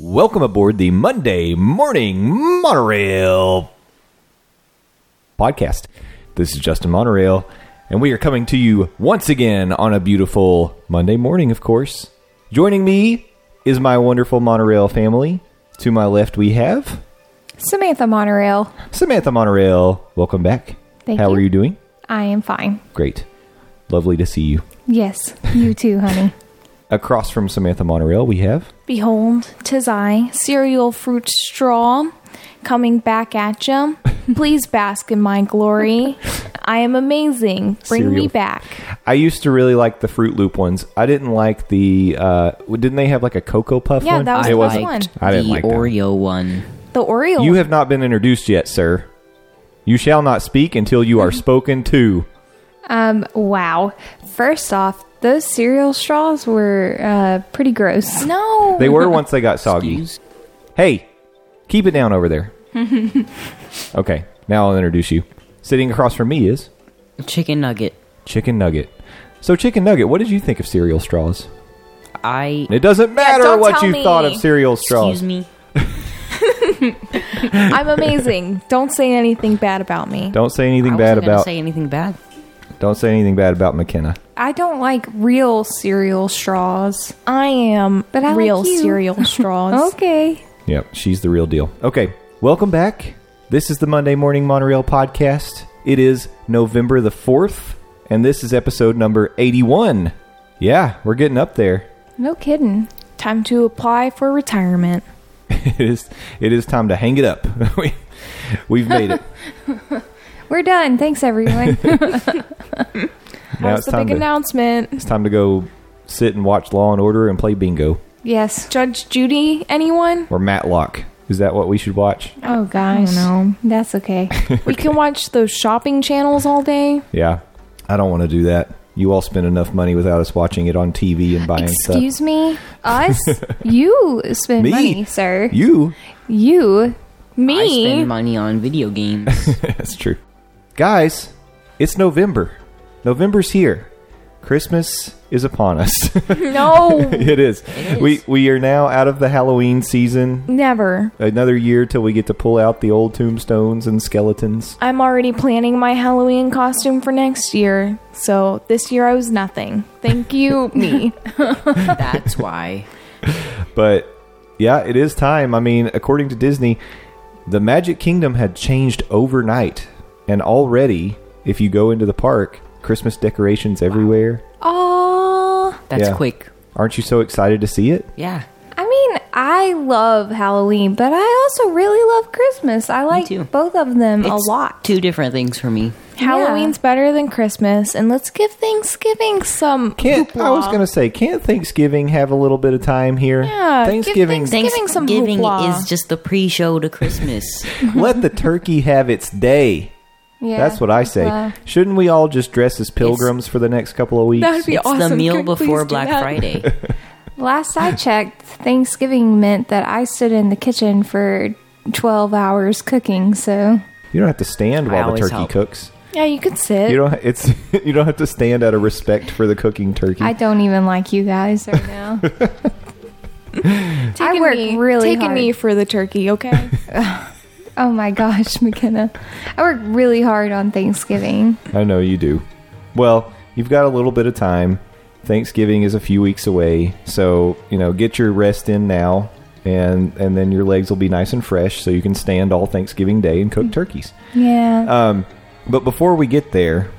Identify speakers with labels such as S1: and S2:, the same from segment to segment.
S1: Welcome aboard the Monday Morning Monorail podcast. This is Justin Monorail, and we are coming to you once again on a beautiful Monday morning, of course. Joining me is my wonderful monorail family. To my left, we have
S2: Samantha Monorail.
S1: Samantha Monorail. Welcome back.
S2: Thank
S1: How
S2: you.
S1: are you doing?
S2: I am fine.
S1: Great. Lovely to see you.
S2: Yes, you too, honey.
S1: Across from Samantha Monorail, we have
S2: Behold, 'tis I, cereal fruit straw, coming back at ya. Please bask in my glory. I am amazing. Bring me
S1: Cereal.
S2: back.
S1: I used to really like the Fruit Loop ones. I didn't like the. Uh, didn't they have like a cocoa puff?
S2: Yeah,
S1: one?
S2: that was
S1: it
S2: the
S1: wasn't.
S2: one.
S1: I didn't
S3: the
S1: like that.
S3: Oreo one.
S2: The Oreo.
S1: You have not been introduced yet, sir. You shall not speak until you
S2: Mm-hmm.
S1: are spoken to.
S2: um, wow. First off, those cereal straws were uh, pretty gross. No.
S1: They were once they got soggy.
S3: Excuse-
S1: Hey, keep it down over there. okay, now I'll introduce you. Sitting across from me is
S3: Chicken nugget.
S1: Chicken Nugget. So, Chicken Nugget, what did you think of cereal straws?
S3: I
S1: It doesn't matter
S2: don't
S1: what
S2: tell
S1: you
S2: me.
S1: thought of cereal
S3: excuse
S1: straws.
S3: me.
S2: I'm amazing. Don't say anything bad about me.
S1: Don't say anything
S3: I
S1: bad
S3: wasn't gonna
S1: about.
S3: say anything bad.
S1: Don't say anything bad about McKenna.
S2: I don't like real cereal straws. I am but
S4: I like
S2: real
S4: you.
S2: cereal straws.
S4: Okay.
S1: Yep, she's the real deal. Okay, welcome back. This is the Monday Morning Monorail podcast. It is November the 4th, and this is episode number 81. Yeah, we're getting up there.
S2: No kidding. Time to apply for retirement.
S1: It is it is time to hang it up. we, we've made it.
S4: We're done. Thanks, everyone.
S1: now
S2: That's
S1: it's
S2: the big
S1: time to,
S2: announcement.
S1: it's time to go sit and watch Law and Order and play bingo
S4: yes.
S2: Judge Judy, anyone?
S1: or Matlock. Is that what we should watch?
S4: Oh, gosh.
S2: know.
S4: That's okay.
S2: We can watch those shopping channels all day.
S1: Yeah. I don't want to do that. You all spend enough money without us watching it on TV and buying stuff.
S4: Excuse me? Us? You spend
S1: Me?
S4: money, sir.
S1: You
S4: You?
S3: I
S2: Me?
S3: spend money on video games.
S1: That's true. Guys, it's November. November's here. Christmas is upon us.
S2: No,
S1: it, is. We we are now out of the Halloween season.
S2: never.
S1: Another year till we get to pull out the old tombstones and skeletons.
S2: I'm already planning my Halloween costume for next year. So this year I was nothing. Thank you, me.
S3: That's why.
S1: But yeah, it is time. I mean, according to Disney, the Magic Kingdom had changed overnight, and already, if you go into the park, Christmas decorations everywhere.
S4: Aw.
S3: That's
S1: Yeah.
S3: quick.
S1: Aren't you so excited to see it?
S3: Yeah.
S4: I mean, I love Halloween, but I also really love Christmas. I like
S3: too.
S4: both of them a
S3: It's
S4: lot.
S3: Two different things for me.
S2: Halloween's better than Christmas, and let's give Thanksgiving some.
S1: Can't I was
S2: hoopla.
S1: gonna say, can't Thanksgiving have a little bit of time here?
S2: Yeah, give
S1: Thanksgiving.
S2: Thanks- Giving some
S3: Thanksgiving
S2: hoopla.
S3: is just the pre-show to Christmas.
S1: let the turkey have its day.
S4: Yeah. Uh,
S1: That's what I say.
S4: Wow.
S1: Shouldn't we all just dress as pilgrims for the next couple of weeks?
S2: That'd be
S3: it's
S2: awesome.
S3: the meal
S2: Could we
S3: before
S2: please do
S3: Black
S2: that?
S3: Friday.
S4: Last I checked, Thanksgiving meant that I stood in the kitchen for 12 hours cooking, so.
S1: you don't have to stand
S3: I
S1: while the
S3: always
S1: turkey
S3: help.
S1: cooks.
S2: Yeah, you could sit.
S1: You don't. It's you don't have to stand out of respect for the cooking turkey.
S4: I don't even like you guys right now. I
S2: a
S4: work
S2: knee.
S4: really
S2: Take
S4: hard.
S2: a knee for the turkey, okay?
S4: Oh my gosh, McKenna. I work really hard on Thanksgiving.
S1: I know you do. Well, you've got a little bit of time. Thanksgiving is a few weeks away, so you know, get your rest in now, and and then your legs will be nice and fresh, so you can stand all Thanksgiving Day and
S2: Mm.
S1: cook turkeys.
S4: Yeah.
S1: Um, but before we get there,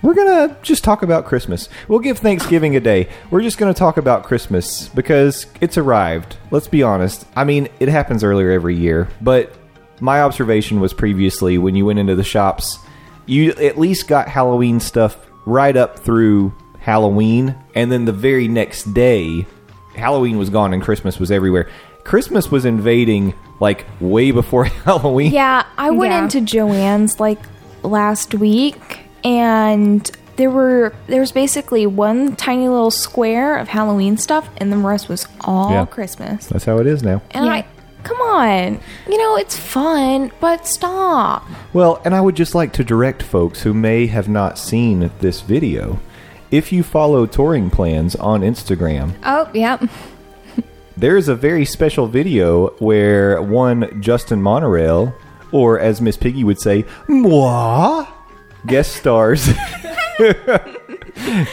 S1: we're gonna just talk about Christmas. We'll give Thanksgiving a day. We're just gonna talk about Christmas because it's arrived. Let's be honest. I mean, it happens earlier every year, but my observation was previously when you went into the shops, you at least got Halloween stuff right up through Halloween, and then the very next day, Halloween was gone and Christmas was everywhere. Christmas was invading like way before Halloween.
S2: Yeah, I went
S4: Yeah.
S2: into Joanne's like last week and there were there was basically one tiny little square of Halloween stuff and the rest was all
S1: Yeah.
S2: Christmas.
S1: That's how it is now.
S2: And I come on. You know, it's fun, but stop.
S1: Well, and I would just like to direct folks who may have not seen this video. If you follow touring plans on Instagram,
S4: Oh, yep.
S1: there's a very special video where one Justin Monorail, or as Miss Piggy would say, moi, guest stars.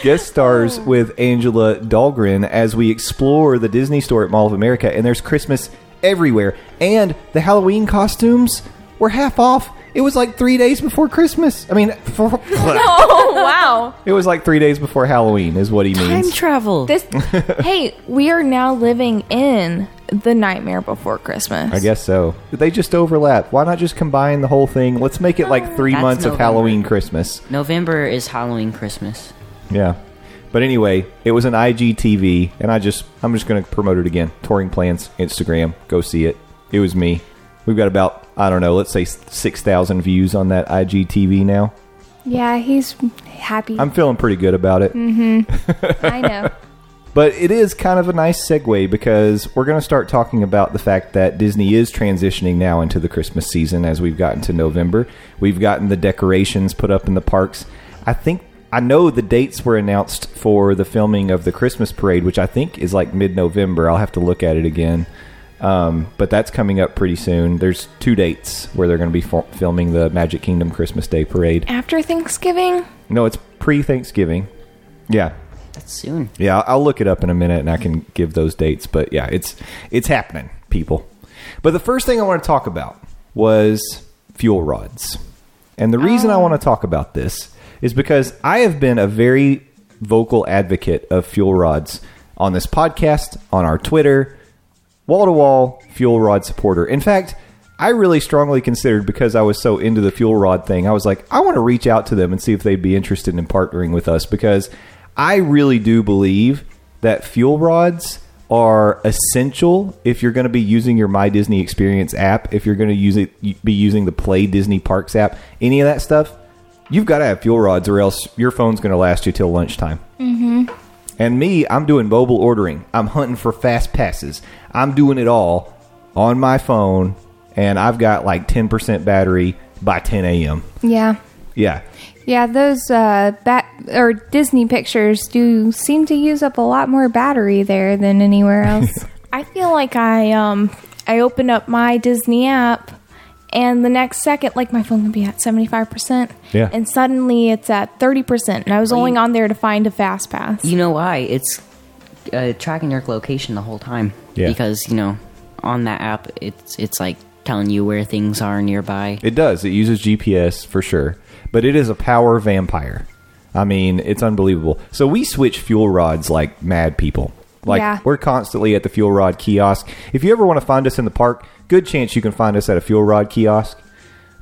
S1: guest stars with Angela Dahlgren as we explore the Disney store at Mall of America, and there's Christmas everywhere. And the Halloween costumes were half off. It was like three days before Christmas. I mean, for,
S2: Oh wow.
S1: it was like three days before Halloween, is what he
S3: Time
S1: means.
S3: travel.
S2: This Hey, we are now living in the nightmare before Christmas.
S1: I guess so. They just overlap. Why not just combine the whole thing? Let's make it like three
S3: That's
S1: months of
S3: November.
S1: Halloween Christmas.
S3: November is Halloween Christmas.
S1: Yeah. But anyway, it was an IGTV, and I just I'm just gonna promote it again. Touring plans, Instagram, go see it. It was me. We've got about I don't know, let's say six thousand views on that IGTV now.
S4: Yeah, he's happy.
S1: I'm feeling pretty good about it.
S4: I know.
S1: But it is kind of a nice segue because we're going to start talking about the fact that Disney is transitioning now into the Christmas season as we've gotten to November. We've gotten the decorations put up in the parks. I think I know the dates were announced for the filming of the Christmas parade, which I think is like mid November. I'll have to look at it again. Um, but that's coming up pretty soon. There's two dates where they're going to be fil- filming the Magic Kingdom Christmas Day parade.
S2: After Thanksgiving,
S1: No, it's pre Thanksgiving. Yeah,
S3: That's soon.
S1: yeah, I'll look it up in a minute and I can give those dates, but yeah, it's it's happening, people. But the first thing I want to talk about was fuel rods. And the reason I want to talk about this is because I have been a very vocal advocate of fuel rods on this podcast, on our Twitter, wall to wall fuel rod supporter. In fact, I really strongly considered because I was so into the fuel rod thing, I was like, I want to reach out to them and see if they'd be interested in partnering with us because I really do believe that fuel rods are essential if you're going to be using your My Disney Experience app, if you're going to use it, be using the Play Disney Parks app, any of that stuff. You've got to have fuel rods, or else your phone's going to last you till lunchtime. And me, I'm doing mobile ordering. I'm hunting for fast passes. I'm doing it all on my phone, and I've got like 10% battery by 10 a.m.
S4: Yeah.
S1: Yeah.
S4: Yeah, those uh, bat or Disney pictures do seem to use up a lot more battery there than anywhere else.
S2: I feel like I um I open up my Disney app and the next second like my phone can be at 75%
S1: Yeah.
S2: and suddenly it's at 30% and I was only on there to find a fast pass.
S3: You know why? It's uh, tracking your location the whole time.
S1: Yeah.
S3: Because you know, on that app, it's it's like telling you where things are nearby.
S1: It does. It uses GPS for sure, but it is a power vampire. I mean, it's unbelievable. So we switch fuel rods like mad people. Like
S4: Yeah.
S1: we're constantly at the fuel rod kiosk. If you ever want to find us in the park, good chance you can find us at a fuel rod kiosk.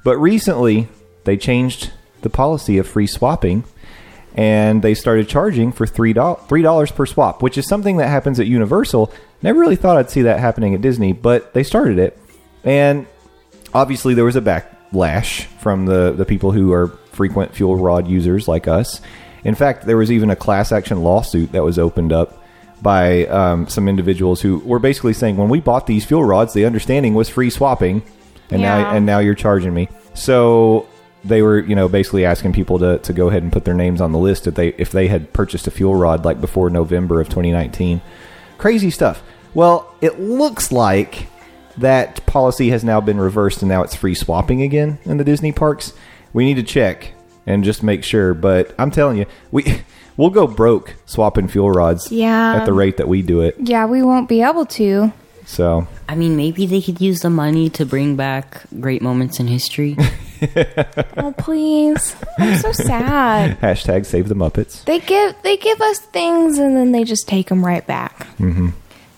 S1: But recently, they changed the policy of free swapping and they started charging for $3 $3 per swap, which is something that happens at Universal. Never really thought I'd see that happening at Disney, but they started it. And obviously there was a backlash from the, the people who are frequent fuel rod users like us. In fact, there was even a class action lawsuit that was opened up by um, some individuals who were basically saying, when we bought these fuel rods, the understanding was free swapping, and now
S2: Yeah.
S1: and now you're charging me. So they were, you know, basically asking people to, to go ahead and put their names on the list if they if they had purchased a fuel rod like before November of 2019. Crazy stuff. Well, it looks like that policy has now been reversed and now it's free swapping again in the Disney parks. We need to check and just make sure, but I'm telling you, we we'll go broke swapping fuel rods
S2: Yeah.
S1: at the rate that we do it.
S4: yeah, we won't be able to.
S1: So,
S3: I mean, maybe they could use the money to bring back great moments in history.
S2: Oh please. I'm so sad.
S1: hashtag save the Muppets. Mm-hmm.
S2: They give they give us things and then they just take them right back.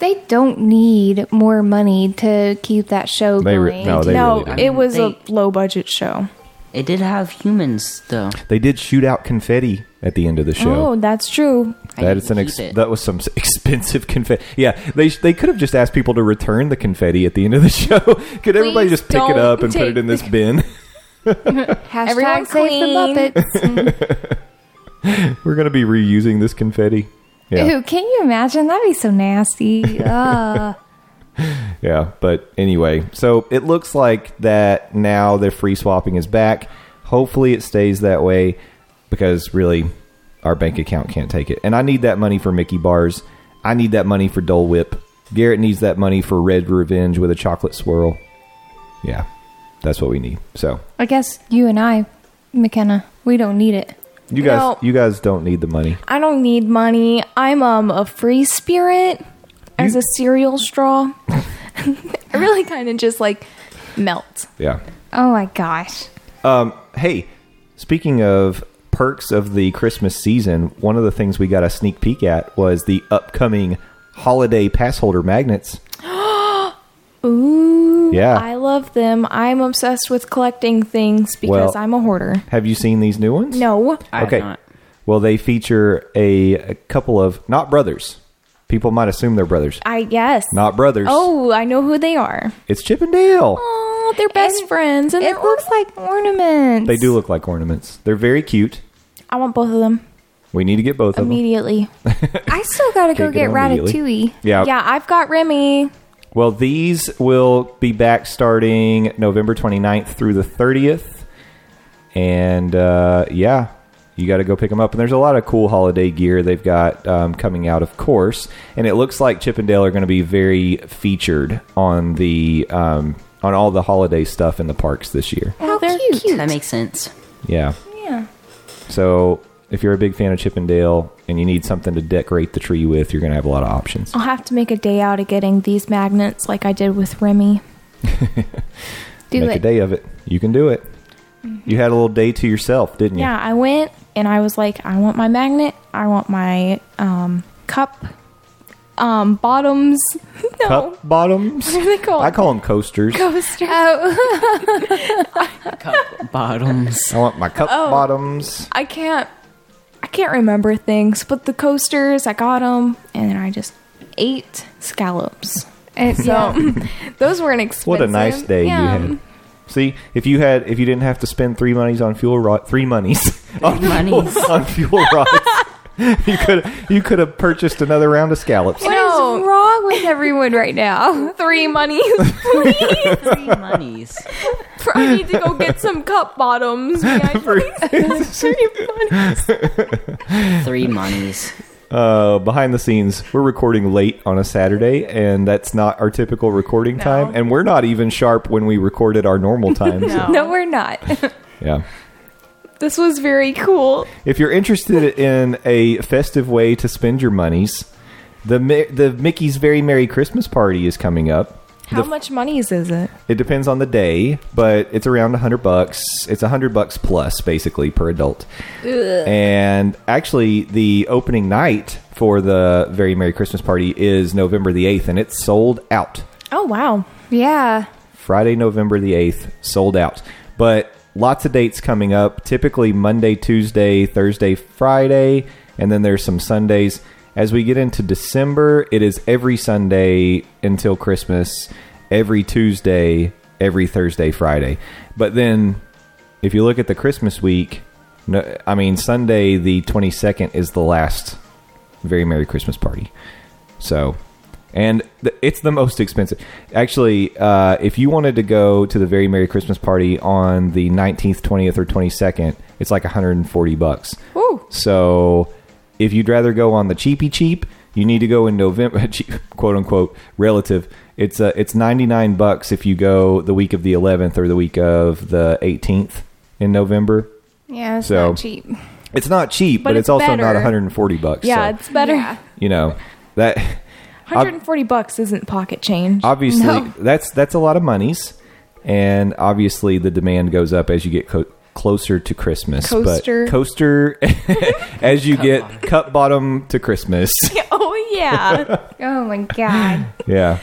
S4: They don't need more money to keep that show
S1: They re-
S4: going.
S1: no, they
S2: no,
S1: really do.
S2: it was
S3: They-
S2: a low budget show.
S3: It did have humans though.
S1: They did shoot out confetti at the end of the show.
S2: Oh, that's true.
S3: I
S1: that
S3: didn't
S1: is an ex-
S3: keep it.
S1: that was some s- expensive confetti. Yeah, they sh- they could have just asked people to return the confetti at the end of the show. could everybody
S2: Please
S1: just pick it
S2: don't
S1: up and put
S2: take
S1: it in this bin?
S4: Hashtag
S2: Everyone
S4: save
S2: clean.
S4: the Muppets.
S1: We're gonna be reusing this confetti. Yeah,
S4: Ew, can you imagine? That'd be so nasty. Uh, Ugh.
S1: yeah. But anyway, so it looks like that now the free swapping is back. Hopefully, it stays that way because really, our bank account can't take it. And I need that money for Mickey bars. I need that money for Dole Whip. Garrett needs that money for Red Revenge with a chocolate swirl. Yeah, that's what we need. So
S4: I guess you and I, McKenna, we don't need it.
S1: you guys,
S2: No.
S1: you guys don't need the money.
S2: I don't need money. I'm um, a free spirit as a cereal straw. I really kind of just like melt.
S1: Yeah.
S4: Oh my gosh.
S1: Um, hey, speaking of perks of the Christmas season, one of the things we got a sneak peek at was the upcoming holiday pass holder magnets.
S2: Ooh.
S1: Yeah.
S2: I love them. I'm obsessed with collecting things because
S1: Well-
S2: I'm a hoarder.
S1: Have you seen these new ones?
S2: No.
S3: I have
S1: okay.
S3: not.
S1: Well, they feature a, a couple of not brothers. People might assume they're brothers.
S2: I guess.
S1: Not brothers.
S2: Oh, I know who they are.
S1: It's Chip and Dale.
S2: Oh, they're best
S4: And
S2: friends. And
S4: It
S2: they're
S4: looks like ornaments.
S1: They do look like ornaments. They're very cute.
S2: I want both of them
S1: We need to get both of them.
S2: immediately.
S4: I still gotta go
S1: Can't get
S4: get,
S1: on immediately.
S4: Ratatouille.
S1: Yeah.
S2: Yeah, I've got Remy.
S1: Well, these will be back starting November 29th through the 30th. And uh, yeah, you got to go pick them up. And there's a lot of cool holiday gear they've got um, coming out, of course. And it looks like Chippendale are going to be very featured on the um, on all the holiday stuff in the parks this year.
S4: How
S2: they're
S4: cute.
S3: That makes sense.
S1: Yeah.
S4: Yeah.
S1: So if you're a big fan of Chippendale and you need something to decorate the tree with, you're going to have a lot of options.
S2: I'll have to make a day out of getting these magnets like I did with Remy.
S4: Do
S1: Make a
S4: it.
S1: day of it. You can do it. You had a little day to yourself, didn't you?
S2: Mm-hmm. Yeah, I went and I was like, I want my magnet, I want my um, cup, um, bottoms. no,
S1: cup bottoms.
S2: Oh. What are they called?
S1: I call them coasters.
S2: coasters.
S4: Oh,
S3: Cup bottoms.
S1: I want my cup
S2: Oh.
S1: bottoms.
S2: I can't, I can't remember things, but the coasters, I got them, and then I just ate scallops.
S4: and so
S2: So those weren't expensive.
S1: What a nice day
S2: Yeah.
S1: you had. See, if you had, if you didn't have to spend three monies on fuel rod, three monies on
S3: monies.
S1: fuel, on fuel rods, you could you could have purchased another round of scallops.
S4: what is
S2: No.
S4: wrong with everyone right now?
S2: Three money.
S3: Three monies.
S2: I need to go get some cup bottoms.
S1: For-
S3: Three monies.
S1: uh, behind the scenes, we're recording late on a Saturday, and that's not our typical recording time. And we're not even sharp when we record at our normal time. so-
S2: No.
S4: No, we're not.
S1: yeah.
S2: This was very cool.
S1: If you're interested in a festive way to spend your monies, the Mi- the Mickey's Very Merry Christmas Party is coming up.
S2: How
S1: The-
S2: much money is it?
S1: It depends on the day, but it's around 100 bucks. It's 100 bucks plus basically per adult. And actually the opening night for the Very Merry Christmas Party is November the 8th and it's sold out.
S2: Oh wow.
S4: yeah.
S1: Friday, November the 8th, sold out. But lots of dates coming up, typically Monday, Tuesday, Thursday, Friday, and then there's some Sundays. As we get into December, it is every Sunday until Christmas, every Tuesday, every Thursday, Friday. But then if you look at the Christmas week, no, I mean Sunday the 22nd is the last very merry Christmas party. So, and th- it's the most expensive. Actually, uh, if you wanted to go to the very merry Christmas party on the 19th, 20th, or 22nd, it's like 140 bucks.
S2: Ooh.
S1: So, if you'd rather go on the cheapy cheap, you need to go in November, cheap, quote unquote, relative. It's uh, it's 99 bucks if you go the week of the 11th or the week of the 18th in November.
S4: Yeah, it's
S1: So-
S4: not cheap.
S1: It's not cheap, but,
S2: But
S1: it's,
S2: it's
S1: also not
S2: better.
S1: 140 bucks.
S2: Yeah,
S1: so,
S2: it's better.
S4: Yeah.
S1: you know that
S2: 140 bucks isn't pocket change.
S1: obviously
S4: No.
S1: that's that's a lot of monies and obviously the demand goes up as you get co- closer to Christmas.
S2: Coaster.
S1: But coaster as you get cup bottom to Christmas.
S2: oh yeah.
S4: Oh my god.
S1: yeah.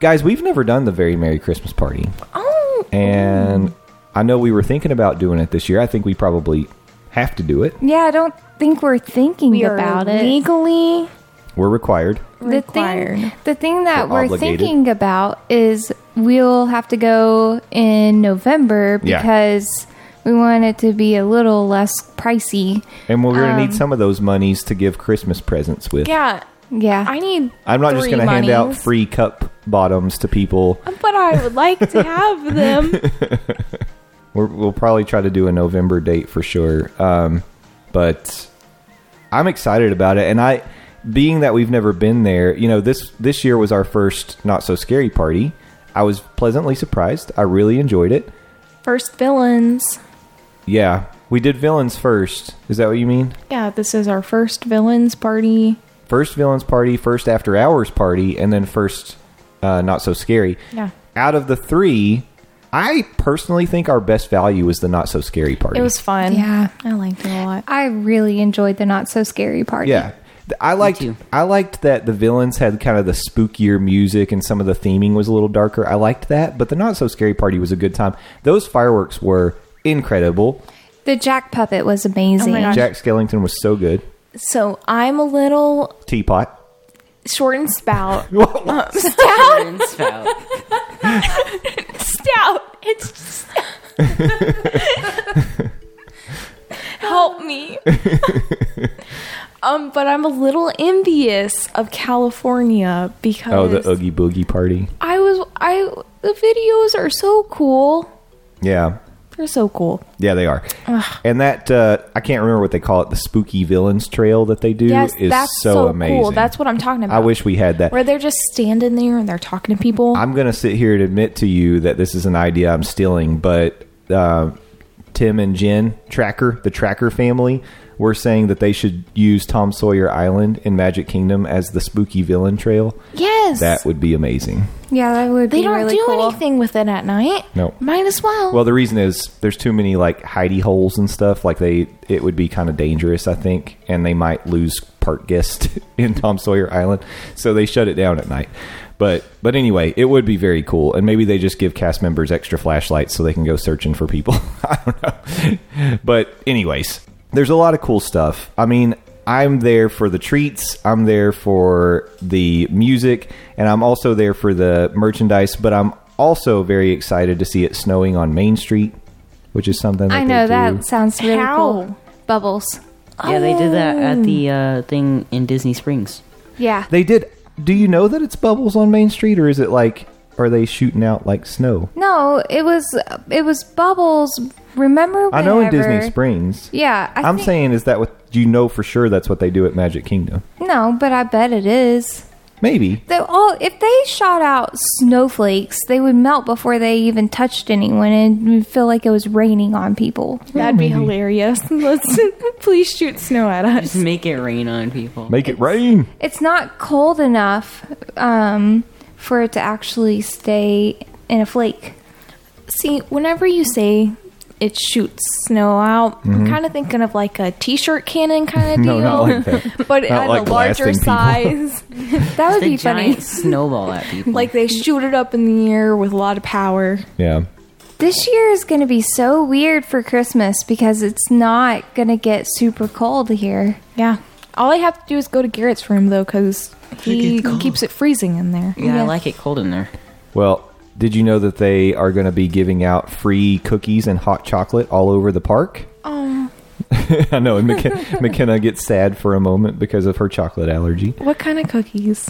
S1: Guys, we've never done the Very Merry Christmas Party.
S2: oh,
S1: And I know we were thinking about doing it this year. I think we probably have to do it.
S4: Yeah, I don't think we're thinking
S2: we
S4: about
S2: are
S4: it.
S2: legally
S1: We're required.
S4: the
S2: required.
S4: thing the thing that
S1: We're
S4: we're
S1: obligated.
S4: thinking about is we'll have to go in November
S1: Yeah.
S4: because we want it to be a little less pricey.
S1: And we're going to
S2: Um,
S1: need some of those monies to give Christmas presents with.
S2: Yeah,
S4: Yeah.
S2: I need.
S1: I'm not just
S2: three
S1: going to hand out
S2: monies. Uh,
S1: free cup bottoms to people.
S2: but I would like to have them.
S1: We're, we'll probably try to do a November date for sure. Um, but I'm excited about it, and I, being that we've never been there, you know this this year was our first not so scary party. I was pleasantly surprised. I really enjoyed it.
S2: First villains.
S1: Yeah, we did villains first. Is that what you mean?
S2: Yeah, this is our first villains party.
S1: First villains party, first after hours party, and then first uh, not so scary.
S2: Yeah.
S1: Out of the three, I personally think our best value was the not so scary party.
S2: It was fun.
S4: Yeah.
S2: I liked it a lot.
S4: I really enjoyed the not so scary party.
S1: Yeah. Th- I liked
S3: too.
S1: I liked that the villains had kind of the spookier music and some of the theming was a little darker. I liked that, but the not so scary party was a good time. Those fireworks were incredible.
S4: The Jack puppet was amazing.
S2: Oh gosh.
S1: Jack Skellington was so good.
S2: So I'm a little
S1: Teapot.
S2: short and spout.
S3: Stout. Stout.
S2: stout. It's just... help me. um, but I'm a little envious of California because
S1: Oh, the Oogie Boogie party.
S2: I was I the videos are so cool.
S1: Yeah.
S2: They're so cool.
S1: Yeah, they are. And that uh, I can't remember what they call it, the spooky villains trail that they do
S2: Yes,
S1: is
S2: that's
S1: so,
S2: so,
S1: amazing.
S2: cool. That's what I'm talking about.
S1: I wish we had that.
S2: where they're just standing there and they're talking to people.
S1: I'm going to sit here and admit to you that this is an idea I'm stealing, but uh, Tim and Jen Tracker, the Tracker family, were saying that they should use Tom Sawyer Island in Magic Kingdom as the spooky villain trail.
S2: yes.
S1: That would be amazing.
S4: Yeah, that would
S2: they
S4: be
S2: don't
S4: really
S2: do
S4: cool.
S2: anything with it at night.
S1: No.
S2: Might as well.
S1: Well, the reason is there's too many like hidey holes and stuff. Like they, it would be kind of dangerous, I think, and they might lose park guests in Tom Sawyer Island, so they shut it down at night. But but anyway, it would be very cool, and maybe they just give cast members extra flashlights so they can go searching for people. I don't know, but anyways, there's a lot of cool stuff. I mean. I'm there for the treats. I'm there for the music, and I'm also there for the merchandise. But I'm also very excited to see it snowing on Main Street, which is something that
S4: I know
S1: they do.
S4: that sounds really
S2: How?
S4: cool. Bubbles.
S3: Yeah, they did that at
S4: Oh.
S3: the uh, thing in Disney Springs.
S4: Yeah.
S1: They did. Do you know that it's bubbles on Main Street, or is it like are they shooting out like snow?
S4: no, it was it was bubbles. Remember
S1: I know in
S4: whenever-
S1: Disney Springs.
S4: Yeah, I
S1: I'm
S4: think-
S1: saying is that what do you know for sure that's what they do at Magic Kingdom?
S4: No, but I bet it is.
S1: Maybe.
S4: They all if they shot out snowflakes, they would melt before they even touched anyone and you'd feel like it was raining on people.
S2: That'd be hilarious. Let's please shoot snow at us.
S3: Just make it rain on people.
S1: Make it rain.
S4: It's not cold enough um, for it to actually stay in a flake.
S2: See, whenever you say it shoots snow out, I'm kind of thinking of like a t-shirt cannon kind of
S1: Mm-hmm. No, not like
S2: deal,
S1: that.
S2: but
S1: Not
S2: at
S1: like
S2: a larger
S1: blasting people.
S2: size.
S4: That would
S3: the
S4: be funny.
S3: giant snowball at people.
S2: like they shoot it up in the air with a lot of power.
S1: Yeah.
S4: This year is going to be so weird for Christmas because it's not going to get super cold here.
S2: Yeah. All I have to do is go to Garrett's room though, because he keeps it freezing in there.
S3: yeah, I like it cold in there.
S1: Well, did you know that they are going to be giving out free cookies and hot chocolate all over the park? Oh. I know, and McKenna, McKenna gets sad for a moment because of her chocolate allergy.
S2: What kind of cookies?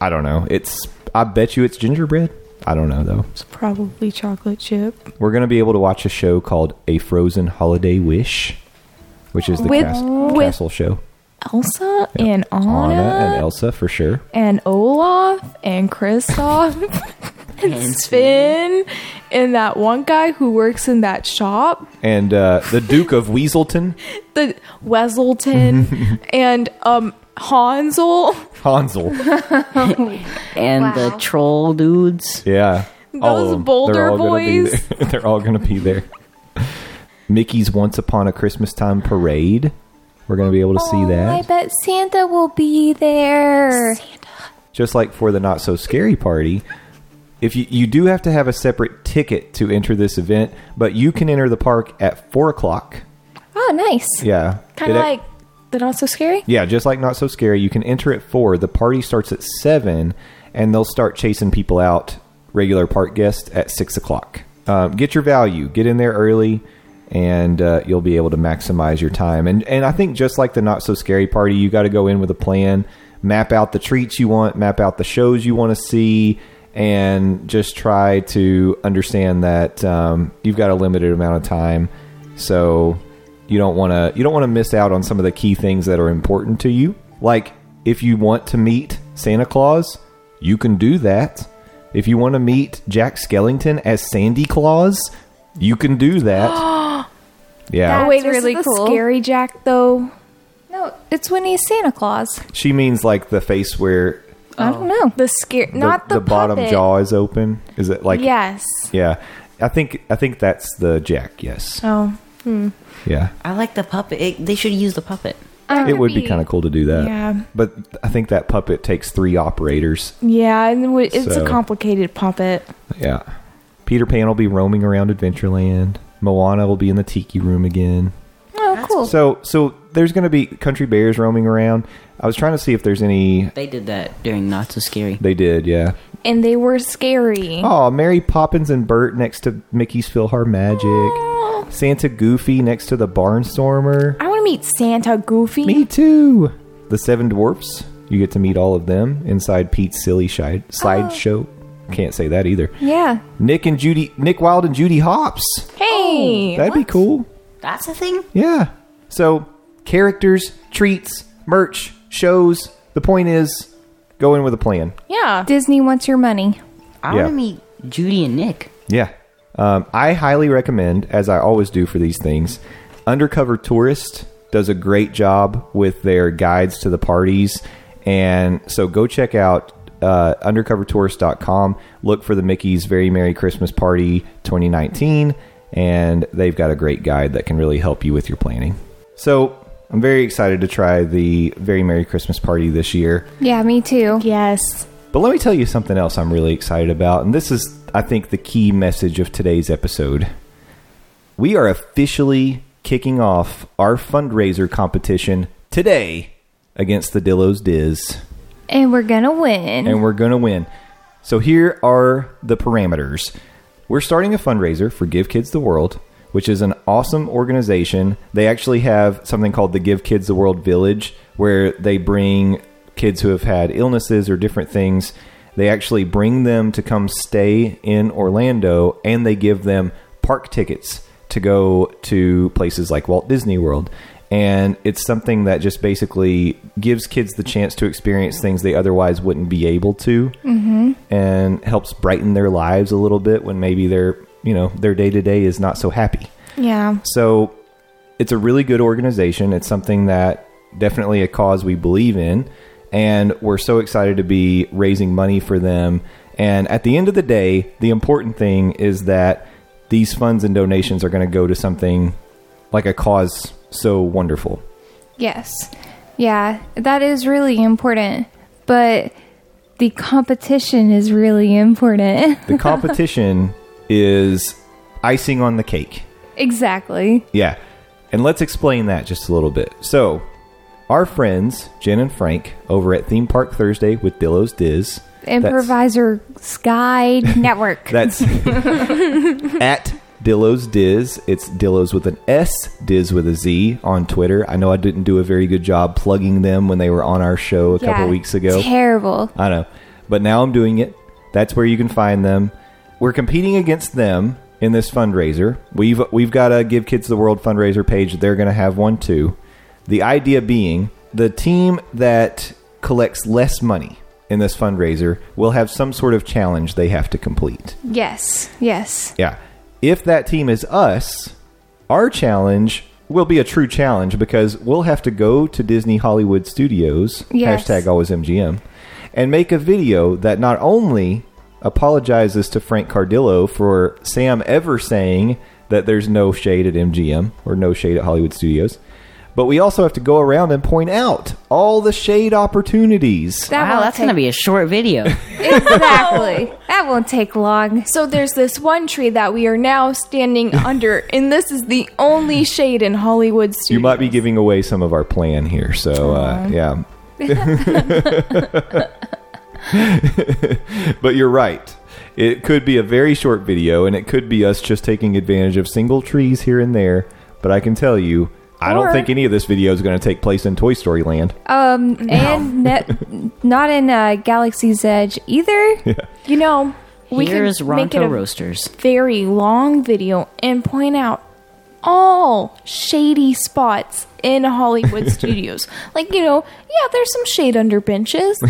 S1: I don't know. It's I bet you it's gingerbread. I don't know though.
S2: It's probably chocolate chip
S1: We're gonna be able to watch a show called A Frozen Holiday Wish, which is the
S2: With-
S1: cas-
S2: with-
S1: castle show.
S2: Elsa and Anna,
S1: Anna and Elsa for sure.
S2: and Olaf and Kristoff and Sven and that one guy who works in that shop,
S1: And uh, the Duke of Weaselton,
S2: the Weselton and um Hansel.
S1: Hansel.
S3: And the troll dudes.
S1: Yeah. all
S2: Those
S1: of 'em.
S2: Boulder
S1: all gonna be
S2: boys.
S1: there. They're all gonna be there. Mickey's Once Upon a Christmas Time parade. We're going to be able to see that.
S4: I bet Santa will be there.
S1: just like for the not so scary party if you, you do have to have a separate ticket to enter this event but you can enter the park at four o'clock
S4: Oh, nice.
S1: yeah
S2: Kind
S1: It-
S2: of Ah, like the not so scary.
S1: yeah just like not so scary you can enter at four the party starts at seven and they'll start chasing people out regular park guests at six o'clock um, get your value get in there early and uh, you'll be able to maximize your time and and i think just like the not so scary party you got to go in with a plan map out the treats you want map out the shows you want to see and just try to understand that um, you've got a limited amount of time so you don't want to you don't want to miss out on some of the key things that are important to you. Like if you want to meet Santa Claus, you can do that. If you want to meet Jack Skellington as Sandy Claus, you can do that. yeah.
S2: Wait,
S4: That's really
S2: this is the
S4: cool.
S2: Scary Jack though.
S4: No, it's when he's Santa Claus.
S1: she means like the face where
S4: I don't know.
S2: The scare,
S1: Oh. the,
S2: not the,
S1: the bottom
S2: puppet.
S1: jaw is open. Is it like
S2: Yes.
S1: Yeah. I think I think that's the Jack, yes.
S2: Oh,
S1: Yeah.
S3: I like the puppet. It, they should use the puppet.
S1: It would be kind of cool to do that.
S2: Yeah.
S1: But I think that puppet takes three operators.
S2: yeah. And w- it's
S1: So-
S2: a complicated puppet.
S1: Yeah. Peter Pan will be roaming around Adventureland. Moana will be in the tiki room again.
S4: Oh, cool.
S1: So so there's going to be country bears roaming around. I was trying to see if there's any
S3: They did that during Not So Scary.
S1: they did, yeah.
S2: And they were scary.
S1: Oh, Mary Poppins and Bert next to Mickey's Philhar Magic. Santa Goofy next to the Barnstormer.
S2: I want to meet Santa Goofy.
S1: Me too. The Seven Dwarfs. You get to meet all of them inside Pete's silly shi- slideshow. Can't say that either.
S4: yeah.
S1: Nick and Judy, Nick Wilde and Judy Hopps.
S2: Hey,
S1: That'd be cool.
S3: That's a thing.
S1: Yeah. So characters, treats, merch, shows. The point is, go in with a plan.
S2: yeah.
S4: Disney wants your money.
S3: I
S1: Yeah.
S3: want to meet Judy and Nick.
S1: Yeah. Um, I highly recommend, as I always do for these things, Undercover Tourist does a great job with their guides to the parties. And so go check out uh, undercovertourist.com. Look for the Mickey's Very Merry Christmas Party 2019. And they've got a great guide that can really help you with your planning. So I'm very excited to try the Very Merry Christmas Party this year.
S4: Yeah, me too.
S2: Yes.
S1: But let me tell you something else I'm really excited about, and this is, I think, the key message of today's episode. We are officially kicking off our fundraiser competition today against the Dillos Diz,
S4: And we're going to win.
S1: and we're going to win. So here are the parameters. We're starting a fundraiser for Give Kids the World, which is an awesome organization. They actually have something called the Give Kids the World Village, where they bring kids who have had illnesses or different things. They actually bring them to come stay in Orlando and they give them park tickets to go to places like Walt Disney World. And it's something that just basically gives kids the chance to experience things they otherwise wouldn't be able to and helps brighten their lives a little bit when maybe their you know their day to day is not so happy.
S2: Yeah.
S1: So it's a really good organization. It's something that definitely a cause we believe in, and we're so excited to be raising money for them. And at the end of the day, the important thing is that these funds and donations are going to go to something like a cause so wonderful.
S4: Yes. Yeah, that is really important. But the competition is really important.
S1: The competition is icing on the cake.
S4: exactly.
S1: Yeah. And let's explain that just a little bit. So, our friends, Jen and Frank, over at Theme Park Thursday with Dillo's Diz.
S4: Improviser Sky Network.
S1: That's, that's at Dillo's Diz. It's Dillo's with an S, Diz with a Z on Twitter. I know I didn't do a very good job plugging them when they were on our show a couple
S4: Yeah,
S1: weeks ago.
S4: Terrible.
S1: I know. But now I'm doing it. That's where you can find them. We're competing against them in this fundraiser. We've we've got a Give Kids the World fundraiser page. They're going to have one too. The idea being the team that collects less money in this fundraiser will have some sort of challenge they have to complete.
S4: Yes. Yes.
S1: Yeah. If that team is us, our challenge will be a true challenge because we'll have to go to Disney Hollywood Studios,
S4: Yes.
S1: hashtag always MGM, and make a video that not only apologizes to Frank Cardillo for Sam ever saying that there's no shade at MGM or no shade at Hollywood Studios. But we also have to go around and point out all the shade opportunities.
S4: That
S3: Wow,
S4: won't
S3: that's
S4: take-
S3: gonna be a short video.
S4: exactly. that won't take long.
S2: So there's this one tree that we are now standing under, and this is the only shade in Hollywood Studios.
S1: You might be giving away some of our plan here. So, uh, yeah. but you're right. It could be a very short video, and it could be us just taking advantage of single trees here and there. But I can tell you, I
S2: Or-
S1: don't think any of this video is going to take place in Toy Story Land.
S4: Um, and ne- not in uh, Galaxy's Edge either.
S2: You know, we
S3: Here's
S2: could make it
S3: Ronto
S2: a
S3: Roasters.
S2: very long video and point out all shady spots in Hollywood studios. Like, you know, yeah, there's some shade under benches.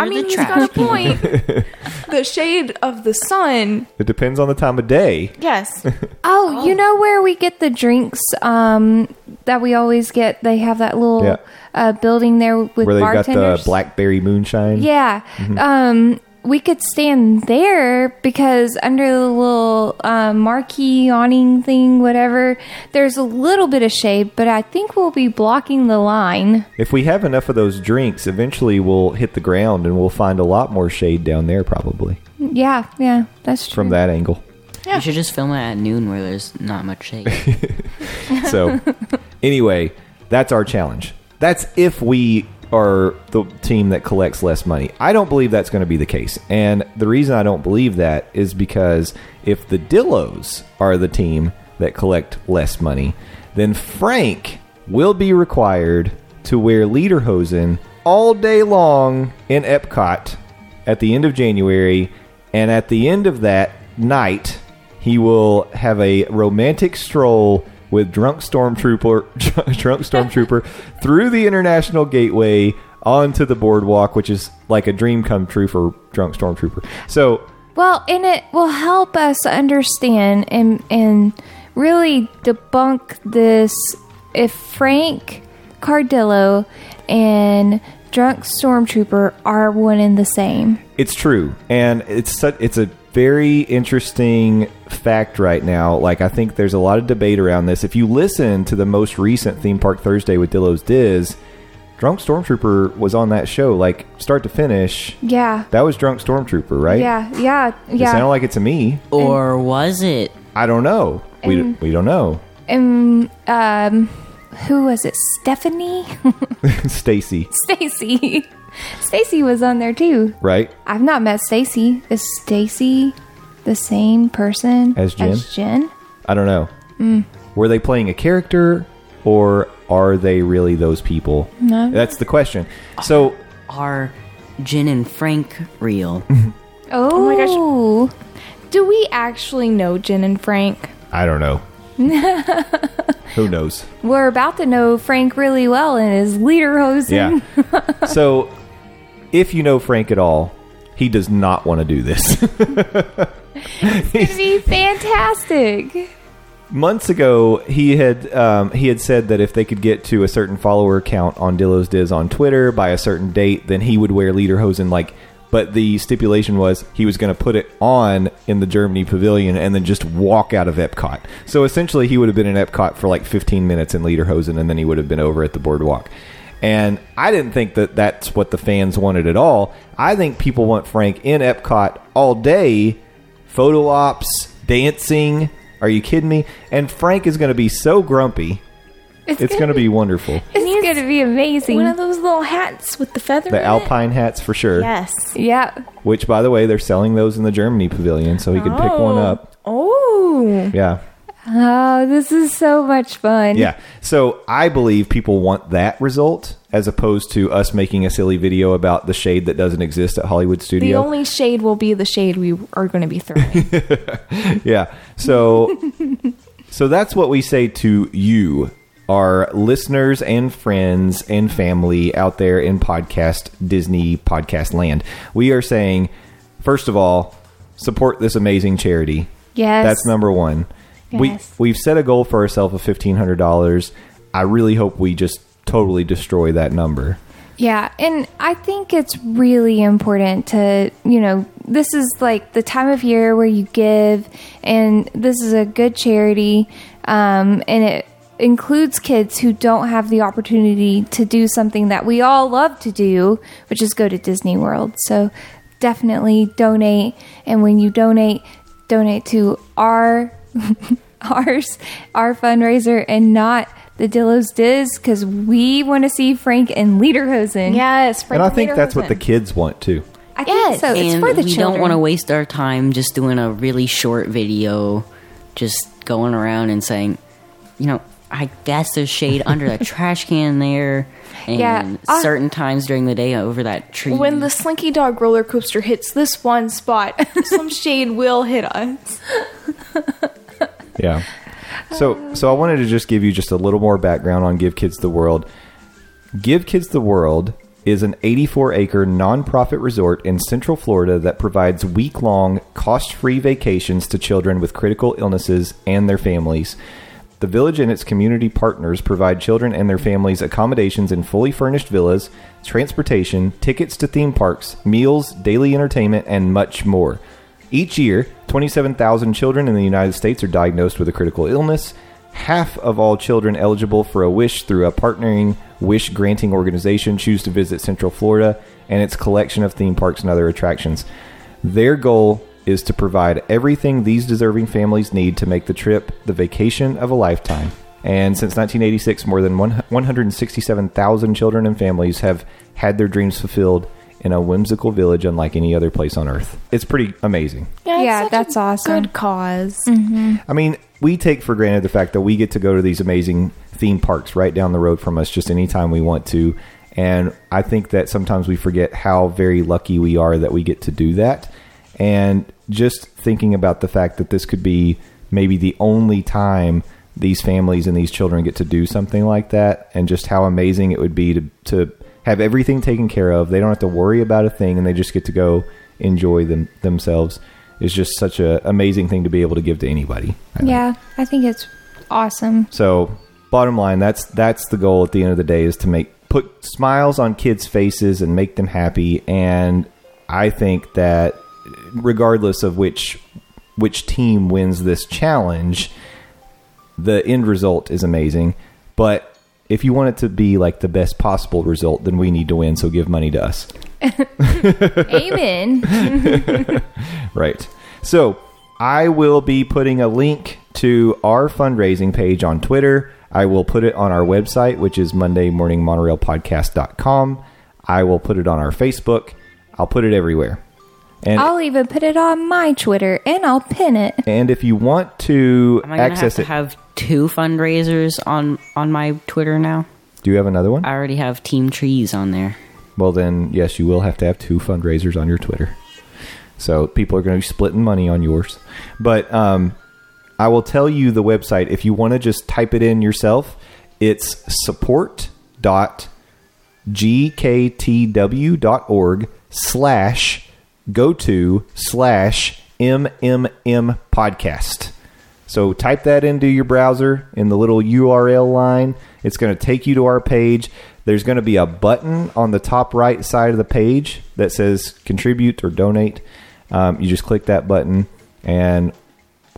S2: I mean,
S3: the
S2: he's
S3: trash.
S2: got a point. the shade of the sun.
S1: It depends on the time of day.
S2: Yes.
S4: Oh, you know where we get the drinks um, that we always get? They have that little
S1: Yeah.
S4: uh, building there with
S1: Where they've got
S4: bartenders.
S1: the Mm-hmm. blackberry moonshine.
S4: Yeah. Um, we could stand there because under the little uh, marquee awning thing, whatever, there's a little bit of shade, but I think we'll be blocking the line.
S1: If we have enough of those drinks, eventually we'll hit the ground and we'll find a lot more shade down there, probably
S4: Yeah, yeah, that's true.
S1: from that angle.
S3: You should just film it at noon where there's not much shade.
S1: So, anyway, that's our challenge. That's if we are the team that collects less money. I don't believe that's going to be the case. And the reason I don't believe that is because if the Dillos are the team that collect less money, then Frank will be required to wear Lederhosen all day long in Epcot at the end of January. And at the end of that night, he will have a romantic stroll with drunk stormtrooper, drunk stormtrooper, through the international gateway onto the boardwalk, which is like a dream come true for drunk stormtrooper. So
S4: Well, and it will help us understand and and really debunk this if Frank Cardillo and drunk stormtrooper are one and the same.
S1: It's true, and it's such, it's a very interesting fact right now. Like I think there's a lot of debate around this. If you listen to the most recent Theme Park Thursday with Dillo's Diz, Drunk Stormtrooper was on that show, like start to finish.
S4: Yeah.
S1: That was Drunk Stormtrooper, right?
S4: Yeah, yeah,
S1: It
S4: yeah.
S1: sounded like it to me.
S3: or was it?
S1: I don't know. We, we don't know.
S4: and um who was it? Stephanie?
S1: Stacy,
S4: Stacy. Stacy was on there too.
S1: right?
S4: I've not met Stacy. Is Stacy the same person
S1: As Jen?
S4: As Jen?
S1: I don't know.
S4: Mm.
S1: Were they playing a character or are they really those people? No. That's the question. So
S3: Are Jen and Frank real?
S4: Oh,
S2: my gosh. Do we actually know Jen and Frank?
S1: I don't know. Who knows?
S4: We're about to know Frank really well and his lederhosen.
S1: Yeah. so, if you know Frank at all, he does not want to do this.
S4: It'd be fantastic.
S1: Months ago, he had um, he had said that if they could get to a certain follower count on Dillo's Diz on Twitter by a certain date, then he would wear lederhosen. Like, but the stipulation was he was going to put it on in the Germany pavilion and then just walk out of Epcot. So essentially, he would have been in Epcot for like 15 minutes in lederhosen, and then he would have been over at the boardwalk. And I didn't think that that's what the fans wanted at all. I think people want Frank in Epcot all day, photo ops, dancing. Are you kidding me? And Frank is going to be so grumpy. It's, going to be wonderful.
S4: It's going to be amazing.
S2: One of those little hats with the feather.
S1: The
S2: in it?
S1: alpine hats for sure.
S2: Yes.
S4: yeah.
S1: Which, by the way, they're selling those in the Germany pavilion, so he can pick one up.
S2: Oh.
S1: Yeah.
S4: Oh, this is so much fun.
S1: Yeah. So I believe people want that result as opposed to us making a silly video about the shade that doesn't exist at Hollywood Studio.
S2: The only shade will be the shade we are going to be throwing.
S1: Yeah. So so that's what we say to you, our listeners and friends and family out there in podcast Disney podcast land. We are saying first of all, support this amazing charity.
S4: Yes.
S1: That's number 1.
S4: Yes.
S1: We we've set a goal for ourselves of $1500. I really hope we just totally destroy that number.
S4: Yeah, and I think it's really important to, you know, this is like the time of year where you give, and this is a good charity, um, and it includes kids who don't have the opportunity to do something that we all love to do, which is go to Disney World. So definitely donate, and when you donate, donate to our ours our fundraiser and not the Dillos Diz because we want to see Frank and Lederhosen.
S2: Yes,
S1: And I think that's what the kids want too.
S4: I think
S2: Yes.
S4: so. It's
S3: and
S4: for the
S3: we
S4: children.
S3: don't want to waste our time just doing a really short video, just going around and saying, you know, I that's the shade under that trash can there, and
S4: Yeah, I-
S3: certain times during the day over that tree.
S2: When the Slinky Dog roller coaster hits this one spot, some shade will hit us.
S1: Yeah. So so I wanted to just give you just a little more background on Give Kids the World. Give Kids the World is an 84 acre nonprofit resort in Central Florida that provides week long, cost free vacations to children with critical illnesses and their families. The village and its community partners provide children and their families accommodations in fully furnished villas, transportation, tickets to theme parks, meals, daily entertainment, and much more. Each year, 27,000 children in the United States are diagnosed with a critical illness. Half of all children eligible for a wish through a partnering wish granting organization choose to visit Central Florida and its collection of theme parks and other attractions. Their goal is to provide everything these deserving families need to make the trip the vacation of a lifetime. And since 1986, more than one- 167,000 children and families have had their dreams fulfilled in a whimsical village unlike any other place on earth. It's pretty amazing.
S2: it's
S4: Yeah,
S2: such a
S4: that's awesome.
S2: Good because
S1: I mean, we take for granted the fact that we get to go to these amazing theme parks right down the road from us just anytime we want to. And I think that sometimes we forget how very lucky we are that we get to do that. And just thinking about the fact that this could be maybe the only time these families and these children get to do something like that, and just how amazing it would be to, to have everything taken care of. They don't have to worry about a thing, and they just get to go enjoy them themselves is just such an amazing thing to be able to give to anybody. I think.
S4: Yeah, I think it's awesome.
S1: So, bottom line, that's that's the goal at the end of the day is to make put smiles on kids' faces and make them happy. And I think that regardless of which which team wins this challenge, the end result is amazing. But if you want it to be like the best possible result, then we need to win. So give money to us.
S4: Amen.
S1: Right. So I will be putting a link to our fundraising page on Twitter. I will put it on our website, which is Monday Morning Monorail Podcast.com. I will put it on our Facebook. I'll put it everywhere. And
S4: I'll even put it on my Twitter and I'll pin it.
S1: and if you want to
S3: Am I gonna have
S1: access
S3: to
S1: it,
S3: have two fundraisers on on my Twitter now?
S1: do you have another one?
S3: I already have Team Trees on there.
S1: well, then yes, you will have to have two fundraisers on your Twitter. So people are going to be splitting money on yours. But um, I will tell you the website if you want to just type it in yourself. It's support.gktw.org slash go to slash mmm podcast. So type that into your browser in the little URL line. It's going to take you to our page. There's going to be a button on the top right side of the page that says contribute or donate. Um, you just click that button and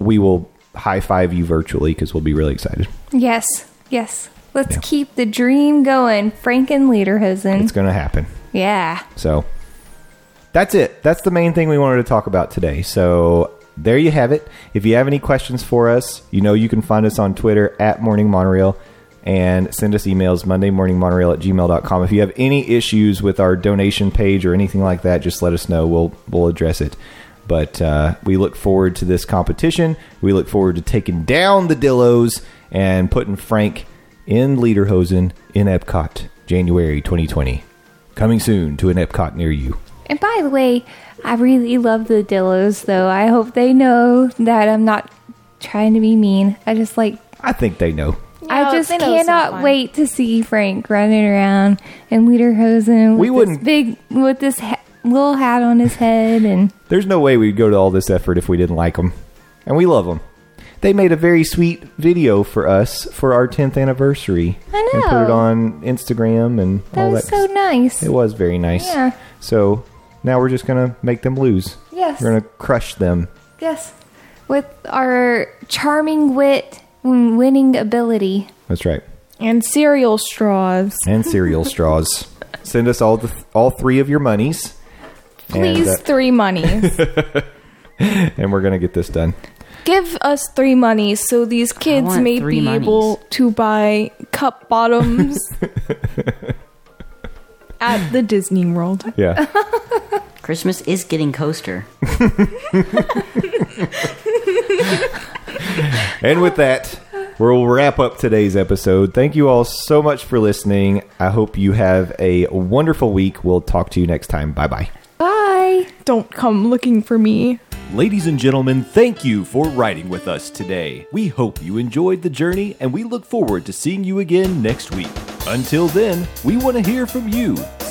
S1: we will high five you virtually because we'll be really excited.
S4: Yes, yes. Let's keep the dream going, Frank and Lederhosen.
S1: It's going to happen.
S4: Yeah.
S1: So that's it. That's the main thing we wanted to talk about today. So there you have it. If you have any questions for us, you know you can find us on Twitter at Morning Monorail and send us emails Monday Morning Monorail at gmail.com. If you have any issues with our donation page or anything like that, just let us know. We'll we'll address it. But uh, we look forward to this competition. We look forward to taking down the Dillos and putting Frank in Lederhosen in Epcot, January 2020. Coming soon to an Epcot near you.
S4: And by the way, I really love the Dillos, though. I hope they know that I'm not trying to be mean. I just like,
S1: I think they know.
S4: I
S2: No,
S4: just
S2: they know it's not
S4: cannot
S2: fun.
S4: wait to see Frank running around and Lederhosen with
S1: We wouldn't-
S4: this big, with this ha- little hat on his head and.
S1: There's no way we'd go to all this effort if we didn't like them. And we love them. they made a very sweet video for us for our 10th anniversary.
S4: I
S1: And put it
S4: know.
S1: on Instagram and
S4: That
S1: all
S4: was
S1: that.
S4: so nice.
S1: It was very nice.
S4: Yeah.
S1: So now we're just gonna make them lose.
S4: Yes.
S1: We're gonna crush them.
S4: Yes. With our charming wit and winning ability.
S1: That's right.
S2: And cereal straws.
S1: And cereal straws. Send us all the all three of your monies.
S2: Please,
S1: And, uh,
S2: three monies.
S1: and we're gonna get this done.
S2: Give us three monies so these kids
S3: want
S2: may be
S3: three monies.
S2: able to buy cup bottoms at the Disney World.
S1: Yeah.
S3: Christmas is getting coaster.
S1: And with that, we'll wrap up today's episode. Thank you all so much for listening. I hope you have a wonderful week. We'll talk to you next time. Bye bye.
S4: Bye.
S2: Don't come looking for me.
S5: Ladies and gentlemen, thank you for riding with us today. We hope you enjoyed the journey and we look forward to seeing you again next week. Until then, we want to hear from you.